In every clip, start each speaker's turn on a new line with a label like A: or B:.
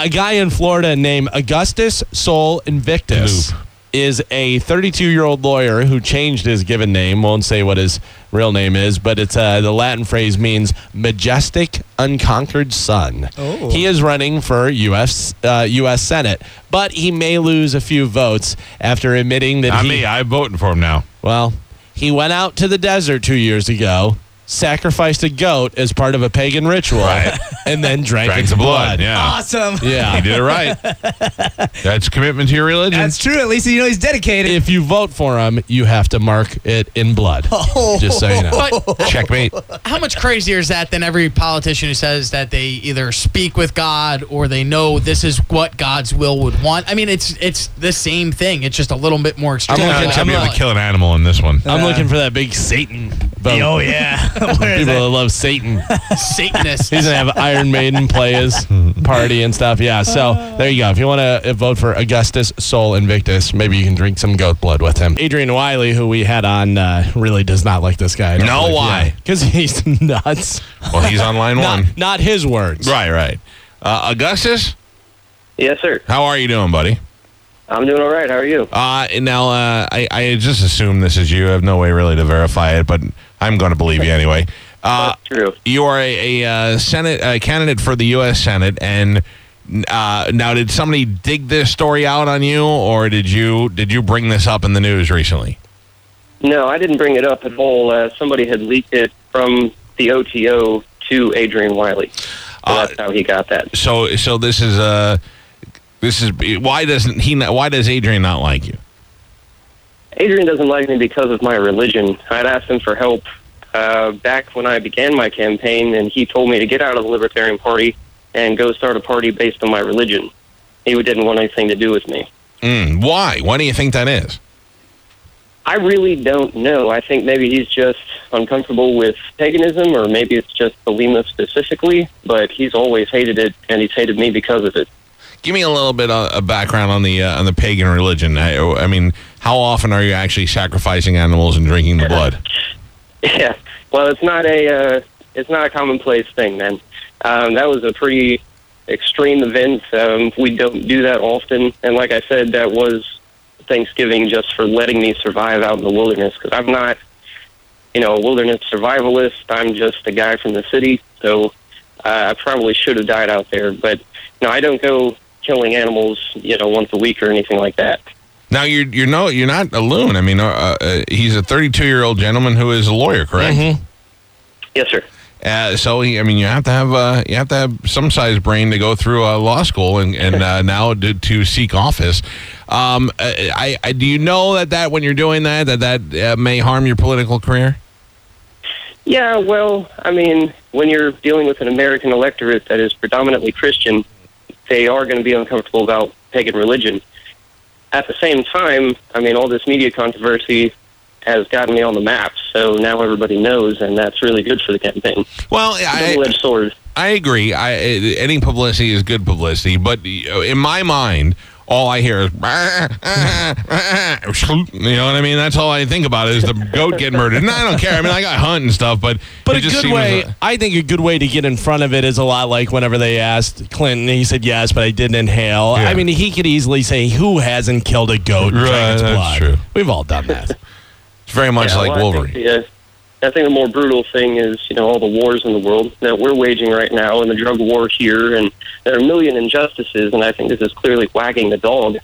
A: a guy in Florida named Augustus Sol Invictus
B: Noob.
A: is a 32 year old lawyer who changed his given name. Won't say what his real name is, but it's uh, the Latin phrase means majestic, unconquered sun.
B: Oh.
A: He is running for U.S. Uh, U.S. Senate, but he may lose a few votes after admitting that
B: Not
A: he
B: me. I'm voting for him now.
A: well, he went out to the desert two years ago, sacrificed a goat as part of a pagan ritual,
B: Right.
A: and then drank,
B: Drank
A: its
B: the blood. Yeah.
C: Awesome.
B: He
A: Yeah.
B: did it right. That's commitment to your religion.
C: That's true. At least you know he's dedicated.
A: If you vote for him, you have to mark it in blood. Just so you know.
D: But
B: Checkmate.
D: how much crazier is that than every politician who says that they either speak with God or they know this is what God's will would want? I mean, it's it's the same thing. It's just a little bit more extreme.
A: looking- I'm
B: I'm going to be able
A: not-
B: to kill an animal in this one.
A: I'm looking for that big Satan vote.
C: oh yeah. Where is
A: People
C: it?
A: that love Satan.
D: Satanist.
A: He's gonna have Iron Maiden play his party and stuff. Yeah. So there you go. If you want to vote for Augustus Sol Invictus, maybe you can drink some goat blood with him. Adrian Wiley, who we had on, uh, really does not like this guy. I don't
B: No,
A: believe.
B: why?
A: Yeah. Because he's nuts.
B: Well, he's on line one.
A: Not, not his words.
B: Right, right. Uh, Augustus,
E: Yes, sir.
B: how are you doing, buddy?
E: I'm doing all right. How are you?
B: Uh, now, uh, I, I just assume this is you. I have no way really to verify it, but I'm going to believe you anyway. Uh,
E: That's true.
B: you are a, a uh, Senate uh, candidate for the U.S. Senate, and uh, now did somebody dig this story out on you, or did you did you bring this up in the news recently?
E: No, I didn't bring it up at all. Uh, somebody had leaked it from the OTO to Adrian Wiley. So
B: Uh,
E: that's how he got that.
B: So, so this is uh, this is why doesn't he? Not, why does Adrian not like you?
E: Adrian doesn't like me because of my religion. I'd asked him for help uh, back when I began my campaign, and he told me to get out of the Libertarian Party and go start a party based on my religion. He didn't want anything to do with me.
B: Mm, why? Why do you think that is?
E: I really don't know. I think maybe he's just uncomfortable with paganism, or maybe it's just Belima specifically, but he's always hated it, and he's hated me because of it.
B: Give me a little bit of of background on the uh, on the pagan religion. I, I mean, how often are you actually sacrificing animals and drinking the blood?
E: Yeah. Well, it's not a uh, it's not a commonplace thing, man. Um, that was a pretty extreme event. Um, we don't do that often, and like I said, that was Thanksgiving just for letting me survive out in the wilderness because I'm not, you know, a wilderness survivalist. I'm just a guy from the city, so uh, I probably should have died out there. But no, I don't go killing animals, you know, once a week or anything like that.
B: Now you're you're no you're not a loon. I mean, uh, uh, he's a 32 year old gentleman who is a lawyer, correct?
E: Yes, sir.
B: Uh, so he, I mean, you have to have uh, you have to have some size brain to go through uh, law school and and uh, now to, to seek office. Um, uh, I, I do you know that that when you're doing that that that uh, may harm your political career?
E: Yeah, well, I mean, when you're dealing with an American electorate that is predominantly Christian, they are going to be uncomfortable about pagan religion. At the same time, I mean, all this media controversy has gotten me on the map, so now everybody knows, and that's really good for the campaign.
B: Well, I,
E: Double-edged sword.
B: I agree. I, I- any publicity is good publicity, but uh, in my mind, all I hear is, "Rah, ah, ah," you know what I mean? That's all I think about is the goat getting murdered. And I don't care. I mean, I got hunt and stuff, but
A: But
B: it
A: a
B: just
A: good
B: seems
A: way,
B: a-
A: I think a good way to get in front of it is a lot like whenever they asked Clinton, he said yes, but I didn't inhale.
B: Yeah.
A: I mean, he could easily say, "Who hasn't killed a goat?" and drank
B: Right,
A: its
B: that's
A: blood?
B: true.
A: We've all done that.
B: it's very much
E: Yeah,
B: like
E: well, I
B: Wolverine.
E: think, the, uh, I think the more brutal thing is, you know, all the wars in the world that we're waging right now and the drug war here, and there are a million injustices, and I think this is clearly wagging the dog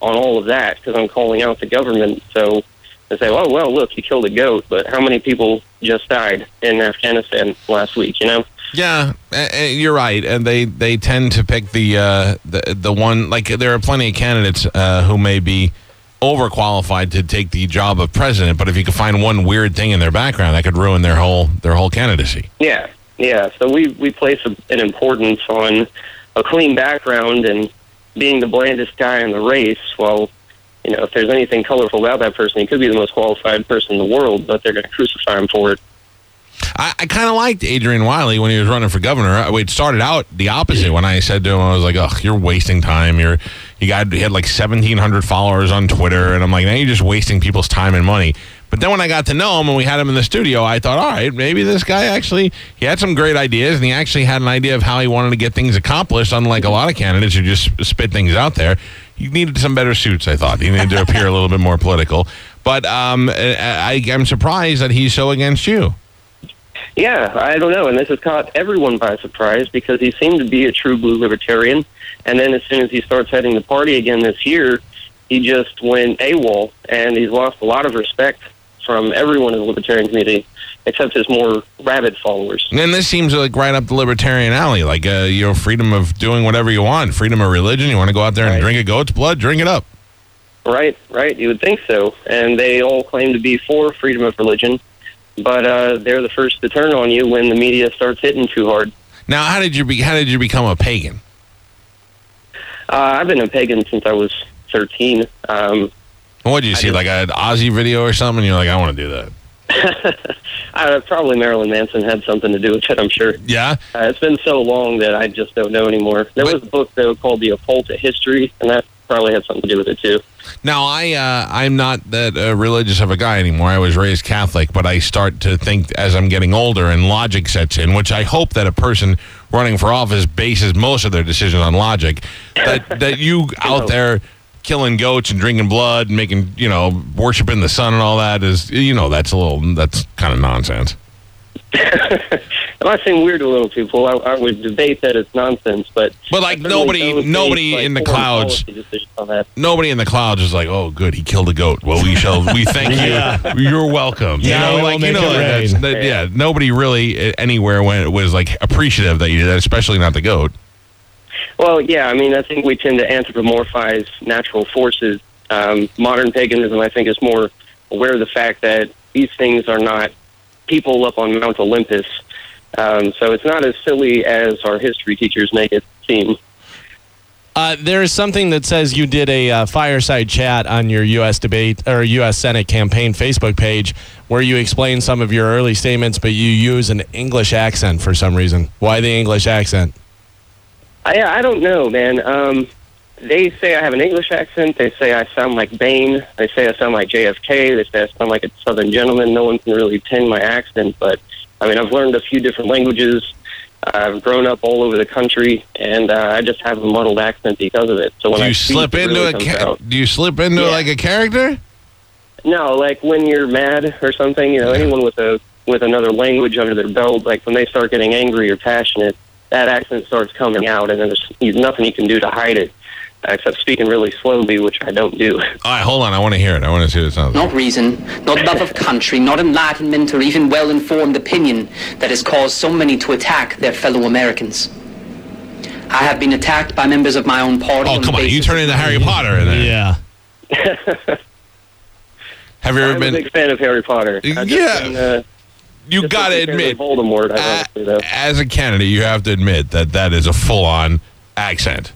E: on all of that because I'm calling out the government. So they say, oh, well, look, you killed a goat, but how many people just died in Afghanistan last week, you know?
B: Yeah, a- a- you're right, and they they tend to pick the uh, the the one like there are plenty of candidates uh, who may be overqualified to take the job of president, but if you could find one weird thing in their background, that could ruin their whole their whole candidacy.
E: Yeah, yeah. So we we place a, an importance on a clean background and being the blandest guy in the race. Well, you know, if there's anything colorful about that person, he could be the most qualified person in the world, but they're going to crucify him for it.
B: I, I kind of liked Adrian Wiley when he was running for governor. I- It started out the opposite when I said to him, I was like, "Ugh, you're wasting time. You're you got you had like 1,700 followers on Twitter, and I'm like, now you're just wasting people's time and money." But then when I got to know him and we had him in the studio, I thought, all right, maybe this guy actually he had some great ideas and he actually had an idea of how he wanted to get things accomplished. Unlike a lot of candidates who just spit things out there, he needed some better suits. I thought he needed to appear a little bit more political. But um, I, I- I'm surprised that he's so against you.
E: Yeah, I don't know. And this has caught everyone by surprise because he seemed to be a true blue libertarian. And then as soon as he starts heading the party again this year, he just went AWOL and he's lost a lot of respect from everyone in the libertarian community except his more rabid followers.
B: And this seems like right up the libertarian alley, like uh, you know, freedom of doing whatever you want, freedom of religion. You want to go out there and
C: Right.
B: drink a goat's blood, drink it up.
E: Right, right. You would think so. And they all claim to be for freedom of religion, but uh, they're the first to turn on you when the media starts hitting too hard.
B: Now, how did you be, how did you become a pagan?
E: Uh, I've been a pagan since I was 13. Um,
B: What did you see, like an Aussie video or something? You're like, I want to do that.
E: Uh, probably Marilyn Manson had something to do with it, I'm sure.
B: Yeah,
E: Uh, it's been so long that I just don't know anymore. There was a book, though, called The Occult of History, and that probably had something to do with it, too.
B: Now I uh, I'm not that uh, religious of a guy anymore. I was raised Catholic, but I start to think as I'm getting older and logic sets in, which I hope that a person running for office bases most of their decisions on logic. That that you out there killing goats and drinking blood and making you know worshiping the sun and all that is you know that's a little that's kind of nonsense.
E: It might seem weird to little people. I, I would debate that it's nonsense, but.
B: But, like,
E: I really
B: nobody-
E: don't
B: nobody
E: make,
B: in the
E: foreign
B: clouds-
E: policy decisions on that.
B: Nobody in the clouds is like, oh, good, he killed a goat. Well, we shall, we thank you. You're welcome.
A: Yeah, we
B: you know,
A: will
B: like, you
A: make
B: know,
A: it
B: that's-
A: rain.
B: that- yeah, nobody really uh, anywhere when it was like appreciative that you did that, especially not the goat.
E: Well, yeah, I mean, I think we tend to anthropomorphize natural forces. Um, modern paganism, I think, is more aware of the fact that these things are not people up on Mount Olympus. Um, so it's not as silly as our history teachers make it seem.
A: Uh, there is something that says you did a uh, fireside chat on your U.S. debate or U.S. Senate campaign Facebook page where you explain some of your early statements, but you use an English accent for some reason. Why the English accent?
E: I, I don't know, man. Um, they say I have an English accent. They say I sound like Bain. They say I sound like JFK. They say I sound like a Southern gentleman. No one can really pin my accent, but I mean, I've learned a few different languages. I've grown up all over the country, and uh, I just have a muddled accent because of it. So when
B: Do
E: I
B: you
E: speak,
B: slip
E: it
B: into
E: really
B: a
E: comes
B: ca-
E: out.
B: do you slip into
E: Yeah.
B: like a character?
E: no, like when you're mad or something. You know, anyone with a with another language under their belt, like when they start getting angry or passionate, that accent starts coming out, and then there's you- nothing you can do to hide it except speaking really slowly, which I don't do.
B: All right, hold on. I want to hear it. I want to see what it sounds like.
F: not reason, not love of country, not enlightenment or even well informed opinion that has caused so many to attack their fellow Americans. I have been attacked by members of my own party.
B: Oh,
F: the
B: come on. You
F: basis
B: turn into Harry Potter in there.
A: Yeah.
B: Have you ever
E: I'm a
B: been?
E: been, big fan of Harry Potter. I've just
B: Yeah.
E: been, uh,
B: You
E: just
B: got to
E: been scared
B: admit, uh,
E: of Voldemort. Ironically, though.
B: a- as a candidate, you have to admit that that is a full on accent.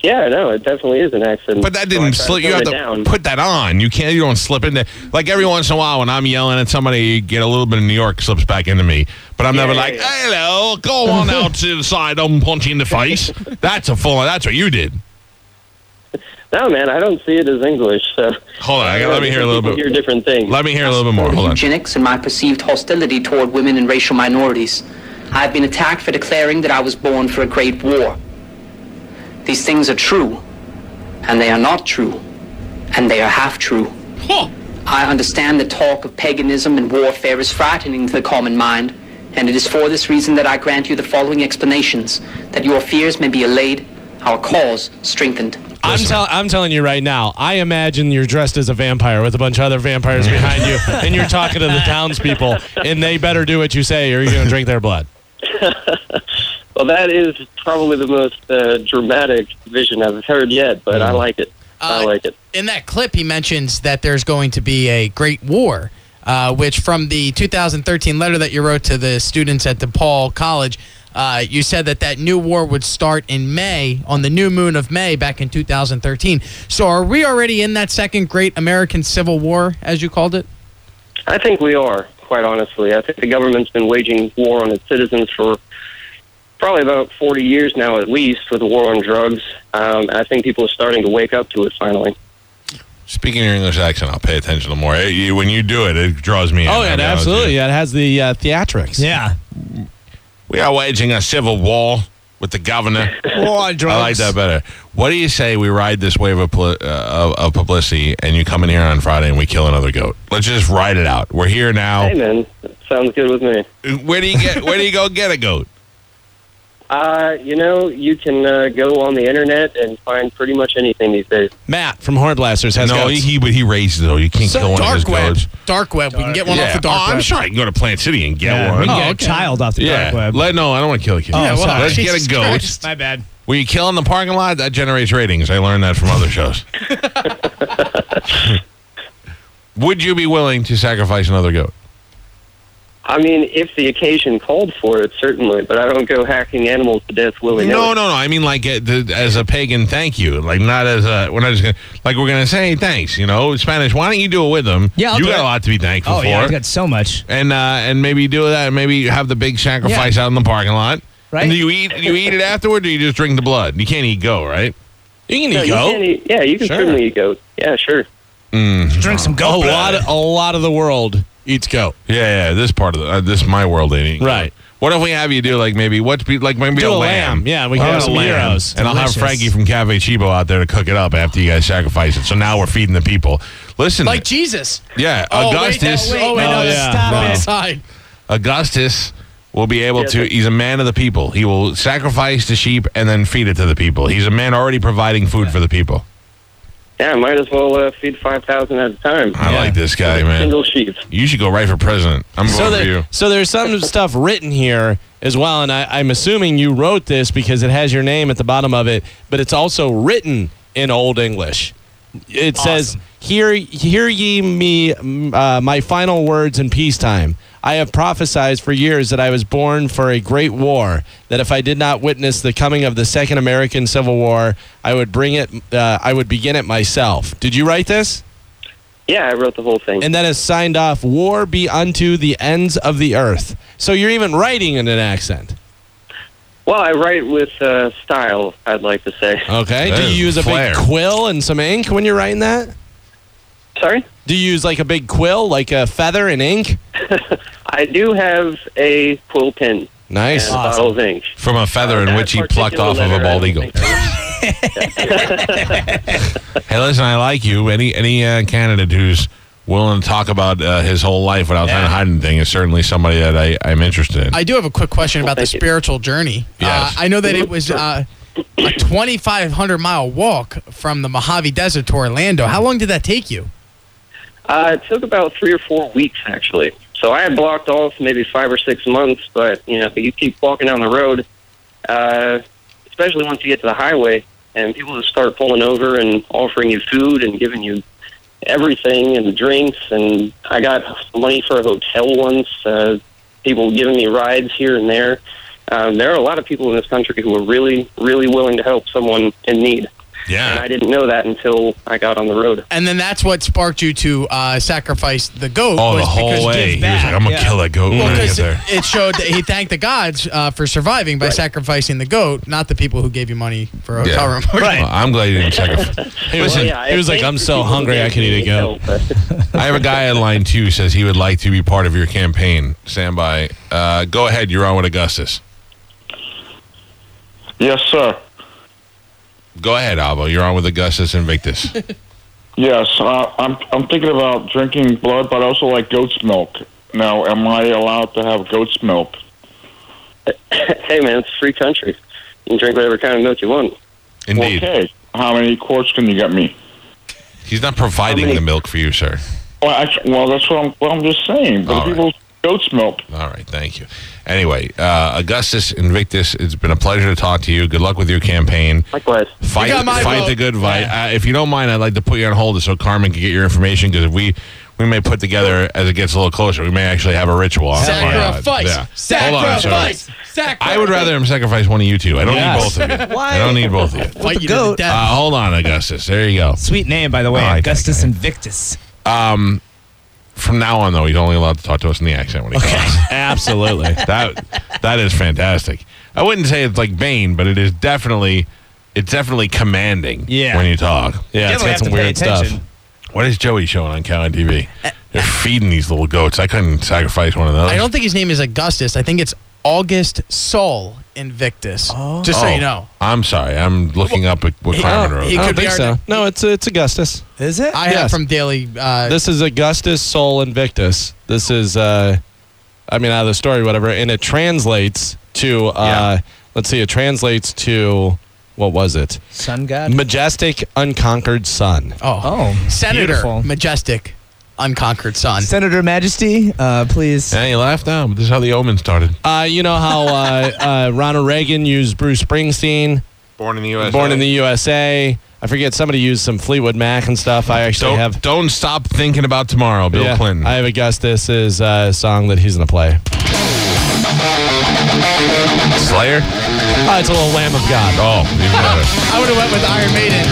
E: Yeah, no, it definitely is an accent.
B: But that
E: So I
B: didn't
E: try
B: slip. You
E: tone
B: have
E: it
B: to
E: down.
B: put that on. You can't. You don't slip into like every once in a while when I'm yelling at somebody, you get a little bit of New York slips back into me. But I'm never
E: yeah,
B: like,
E: yeah.
B: hello, go on out to the side. I'm punching in the face. That's a full. That's what you did.
E: No, man, I don't see it as English. So
B: Hold on, I gotta- let me hear a little
E: People
B: bit-
E: Hear different things.
B: Let me hear a little bit more.
F: of
B: Hold on.
F: Eugenics and my perceived hostility toward women and racial minorities. I have been attacked for declaring that I was born for a great war. These things are true, and they are not true, and they are half true. I understand the talk of paganism and warfare is frightening to the common mind, and it is for this reason that I grant you the following explanations, that your fears may be allayed, our cause strengthened.
A: I'm,
B: Listen.
A: tell- I'm telling you right now, I imagine you're dressed as a vampire with a bunch of other vampires behind you, and you're talking to the townspeople, and they better do what you say or you're going to drink their blood.
E: Well, that is probably the most uh, dramatic vision I've heard yet, but I like it. I
D: Uh,
E: like it.
D: in that clip, he mentions that there's going to be a great war, uh, which from the 2013 letter that you wrote to the students at DePaul College, uh, you said that that new war would start in May, on the new moon of May back in 2013. So are we already in that second great American Civil War, as you called it?
E: I think we are, quite honestly. I think the government's been waging war on its citizens for probably about 40 years now, at least, with the war on drugs. Um, I think people are starting to wake up to it finally.
B: Speaking your English accent, I'll pay attention to more. Eh, you- When you do it, it draws me in.
A: Oh,
B: I'll
A: yeah,
B: be honest with
A: absolutely.
B: you.
A: Yeah, it has the uh, theatrics.
C: Yeah.
B: We are waging a civil war with the governor.
A: Oh,
B: I like that better. What do you say we ride this wave of, poli- uh, of, of publicity and you come in here on Friday and we kill another goat? Let's just ride it out. We're here
E: Hey,
B: now. Uh,
E: man, that sounds good with me.
B: Where do you get? Where do you go get a goat?
E: Uh, you know, you can uh, go on the internet and find pretty much anything these days.
A: Matt from Hornblasters has
B: no,
A: goats.
B: he but he raises though. You can't
D: So
B: kill one of his
D: dark web.
B: goats.
D: Dark web. We can get one
B: Yeah.
D: off the dark
B: oh,
D: web.
B: I'm sure I can go to Plant City and get
C: yeah. We
B: one.
C: can get
D: Oh,
C: a
D: okay.
C: child off the
B: yeah,
C: dark web.
B: Let, no, I don't want to kill a kid.
C: Yeah, well,
B: Let's
D: Jesus
B: get a goat.
D: Christ.
C: My bad.
B: Will you kill in the parking lot? That generates ratings. I learned that from other shows. Would you be willing to sacrifice another goat?
E: I mean, if the occasion called for it, certainly, but I don't go hacking animals to death willy nilly.
B: No, no, no. I mean, like uh, the, as a pagan, thank you. Like not as a. We're not just gonna like we're gonna say thanks. You know, Spanish. Why don't you do it with them?
C: Yeah, I'll
B: you
C: do
B: got
C: it.
B: a lot to be thankful
C: Oh,
B: for.
C: yeah. I got so much.
B: and uh, and maybe do that. and Maybe have the big sacrifice out in the parking lot.
C: Right.
B: And do you eat? Do you eat it afterward, or you just drink the blood? You can't eat goat, right?
A: you can
E: No,
A: eat
E: you
A: goat.
E: can eat, yeah, you can
A: Sure.
E: certainly eat goat. Yeah, sure.
C: Drink some
A: a
C: goat
A: lot,
C: blood.
A: of, a lot of the world eats goat.
B: Yeah, yeah. This part of the, uh, this my world ain't eating. goat.
A: Right.
B: What if we have you do like maybe what's be, like maybe
A: Do a
B: a,
A: lamb. Yeah, we can
B: Well,
A: have
B: a
A: some gyros.
B: And I'll have
C: Delicious.
B: Frankie from Cafe Chibo out there to cook it up after you guys sacrifice it. So now we're feeding the people. Listen,
D: Like Jesus.
B: yeah,
D: Oh, wait, no,
B: Augustus.
D: wait, oh, wait,
A: Oh,
D: no,
A: yeah.
D: stop
B: No.
D: it. Side.
B: Augustus will be able
E: Yes,
B: to.
E: sir.
B: He's a man of the people. He will sacrifice the sheep and then feed it to the people. He's a man already providing food for the people.
E: Yeah, might as well uh, feed 5,000 at a time.
B: I like this guy, man.
E: Single sheep.
B: You should go right for president. I'm voting
A: So,
B: for
A: there,
B: you.
A: so there's some stuff written here as well, and I, I'm assuming you wrote this because it has your name at the bottom of it, but it's also written in Old English. It says, "Hear, hear ye me, m- uh, my final words in peacetime. I have prophesied for years that I was born for a great war. That if I did not witness the coming of the Second American Civil War, I would bring it. Uh, I would begin it myself." Did you write this?
E: Yeah, I wrote the whole thing.
A: and that is signed off war be unto the ends of the earth so you're even writing in an accent
E: well, I write with uh, style, I'd like to say.
A: okay do
B: There's
A: you use a
B: flair.
A: big quill and some ink when you're writing that
E: Sorry?
A: do you use like a big quill like a feather and ink
E: I do have a quill pen and
A: nice
E: a bottle of ink.
B: From a feather in
E: That
B: which he plucked
E: particular
B: off of a
E: letter, I
B: bald
E: don't
B: eagle.
E: think I-
B: Hey, listen, I like you. Any any uh, candidate who's willing to talk about uh, his whole life without trying to hide anything is certainly somebody that I, I'm interested in.
D: I do have a quick question about the
E: thank you.
D: spiritual journey.
B: Yes.
D: Uh, I know that it was uh, a 2,500 mile walk from the Mojave Desert to Orlando. How long did that take you?
E: Uh, it took about three or four weeks, actually. So I had blocked off maybe five or six months, but you know, you keep walking down the road, uh, especially once you get to the highway, and people just start pulling over and offering you food and giving you everything and drinks. And I got money for a hotel once. Uh, people giving me rides here and there. Um, there are a lot of people in this country who are really, really willing to help someone in need, and
B: yeah.
E: I didn't know that until I got on the road.
D: And then that's what sparked you to uh, sacrifice the goat.
B: Oh, the
D: was because
B: whole
D: you
B: way.
D: gave
B: He was
D: back.
B: like, I'm going to
C: Yeah.
B: kill that goat
D: Well,
B: when I get
D: because
B: there.
D: it showed that he thanked the gods uh, for surviving by sacrificing the goat, not the people who gave you money for a
B: Yeah.
D: hotel room.
B: Well, I'm glad you didn't sacrifice. Hey, listen,
E: Well, yeah,
A: he was
E: it
A: like,
E: takes
A: "I'm
E: two
A: so
E: people to
A: hungry,
E: get
A: I could
E: me
A: eat a
E: to
A: goat."
E: help, but-
B: I have a guy in line two who says he would like to be part of your campaign. Stand by. Uh, go ahead. You're on with Augustus.
G: Yes, sir.
B: Go ahead, Avo. You're on with Augustus Invictus.
G: Yes, uh, I'm. I'm thinking about drinking blood, but I also like goat's milk. Now, am I allowed to have goat's milk?
E: hey man, it's a free country. You can drink whatever kind of milk you want.
B: Indeed.
G: Okay. How many quarts can you get me?
B: He's not providing the milk for you, sir.
G: Well, I, well that's what I'm. Well, I'm just saying. But
B: All right.
G: people goat's milk.
B: All right. Thank you. Anyway, uh, Augustus Invictus, it's been a pleasure to talk to you. Good luck with your campaign.
E: Likewise.
B: Fight,
D: You got my
B: fight
D: vote.
B: the good fight. Uh, if you don't mind, I'd like to put you on hold so Carmen can get your information because if we we may put together as it gets a little closer, we may actually have a ritual. I'll find out.
D: Sacrifice.
B: Yeah. Hold on, sir.
D: Sacrifice. Sacrifice.
B: I would rather him sacrifice one of you two. I don't
A: Yes.
B: need both of you. I don't need both of you.
D: fight
C: the
D: you to the
C: goat.
D: death.
B: Uh, hold on, Augustus. There you go.
C: Sweet name, by the way.
B: I like that
C: Augustus
B: guy.
C: Invictus.
B: From now on, though, he's only allowed to talk to us in the accent when he calls.
A: absolutely
B: that that is fantastic. I wouldn't say it's like Bane, but it is definitely it's definitely commanding
C: Yeah.
B: when you talk.
A: yeah it's
C: Definitely
A: got
C: have
A: some
C: to pay
A: weird
C: attention.
A: stuff
B: What is Joey showing on Cow TV? They're feeding these little goats. I couldn't sacrifice one of those.
D: I don't think his name is Augustus. I think it's August Sol Invictus.
C: Oh.
D: Just so you know.
B: Oh, I'm sorry. I'm looking up at what Carmen wrote.
D: he
A: I
D: could
A: don't
D: be
A: think
D: our-
A: so. No, it's it's Augustus.
C: Is it?
D: I have
A: Yes.
D: from Daily. Uh,
A: This is Augustus Sol Invictus. This is, uh, I mean, out of the story, whatever, and it translates to. Uh, Let's see, it translates to what was it?
C: Sun God.
A: Majestic unconquered sun.
D: oh,
C: Oh,
D: Senator
C: beautiful.
D: Majestic, Unconquered Son.
C: Senator Majesty, uh, please.
B: And he laughed now. This is how the Omen started.
A: Uh, you know how uh, uh, Ronald Reagan used Bruce Springsteen,
B: Born in the U.S.
A: born in the USA. I forget somebody used some Fleetwood Mac and stuff. I actually
B: Don't,
A: have
B: don't stop thinking about tomorrow, Bill
A: Yeah,
B: Clinton.
A: I have a guess. This is uh, a song that he's gonna play.
B: Slayer?
A: Oh, it's a little Lamb of God.
B: Oh, even better.
D: I would have went with Iron Maiden.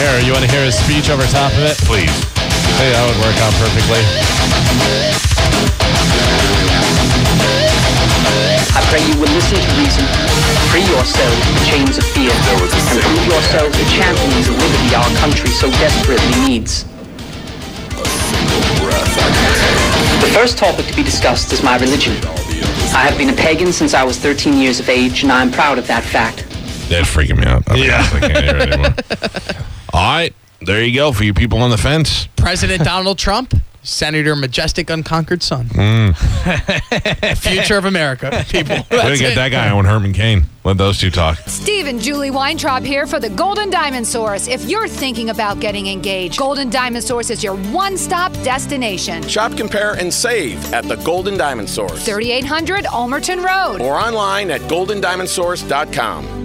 A: Here, you want to hear his speech over top of it?
B: Please.
A: Hey, that would work out perfectly.
F: I pray you will listen to reason, free yourselves from the chains of fear, and prove yourselves the champions of liberty our country so desperately needs. The first topic to be discussed is my religion. I have been a pagan since I was 13 years of age, and I am proud of that fact.
B: That freaking me out. Yeah. I can't hear it anymore. All right. There you go for you people on the fence.
D: President Donald Trump, Senator Majestic Unconquered Son. Future of America, people.
B: Mm. We're going
D: That's
B: to get
D: it.
B: that guy on Herman Cain. Let those two talk.
H: Steve and Julie Weintraub here for the Golden Diamond Source. If you're thinking about getting engaged, Golden Diamond Source is your one stop destination.
I: Shop, compare, and save at the Golden Diamond Source
H: 3800 Ulmerton Road.
I: or online at goldendiamondsource.com.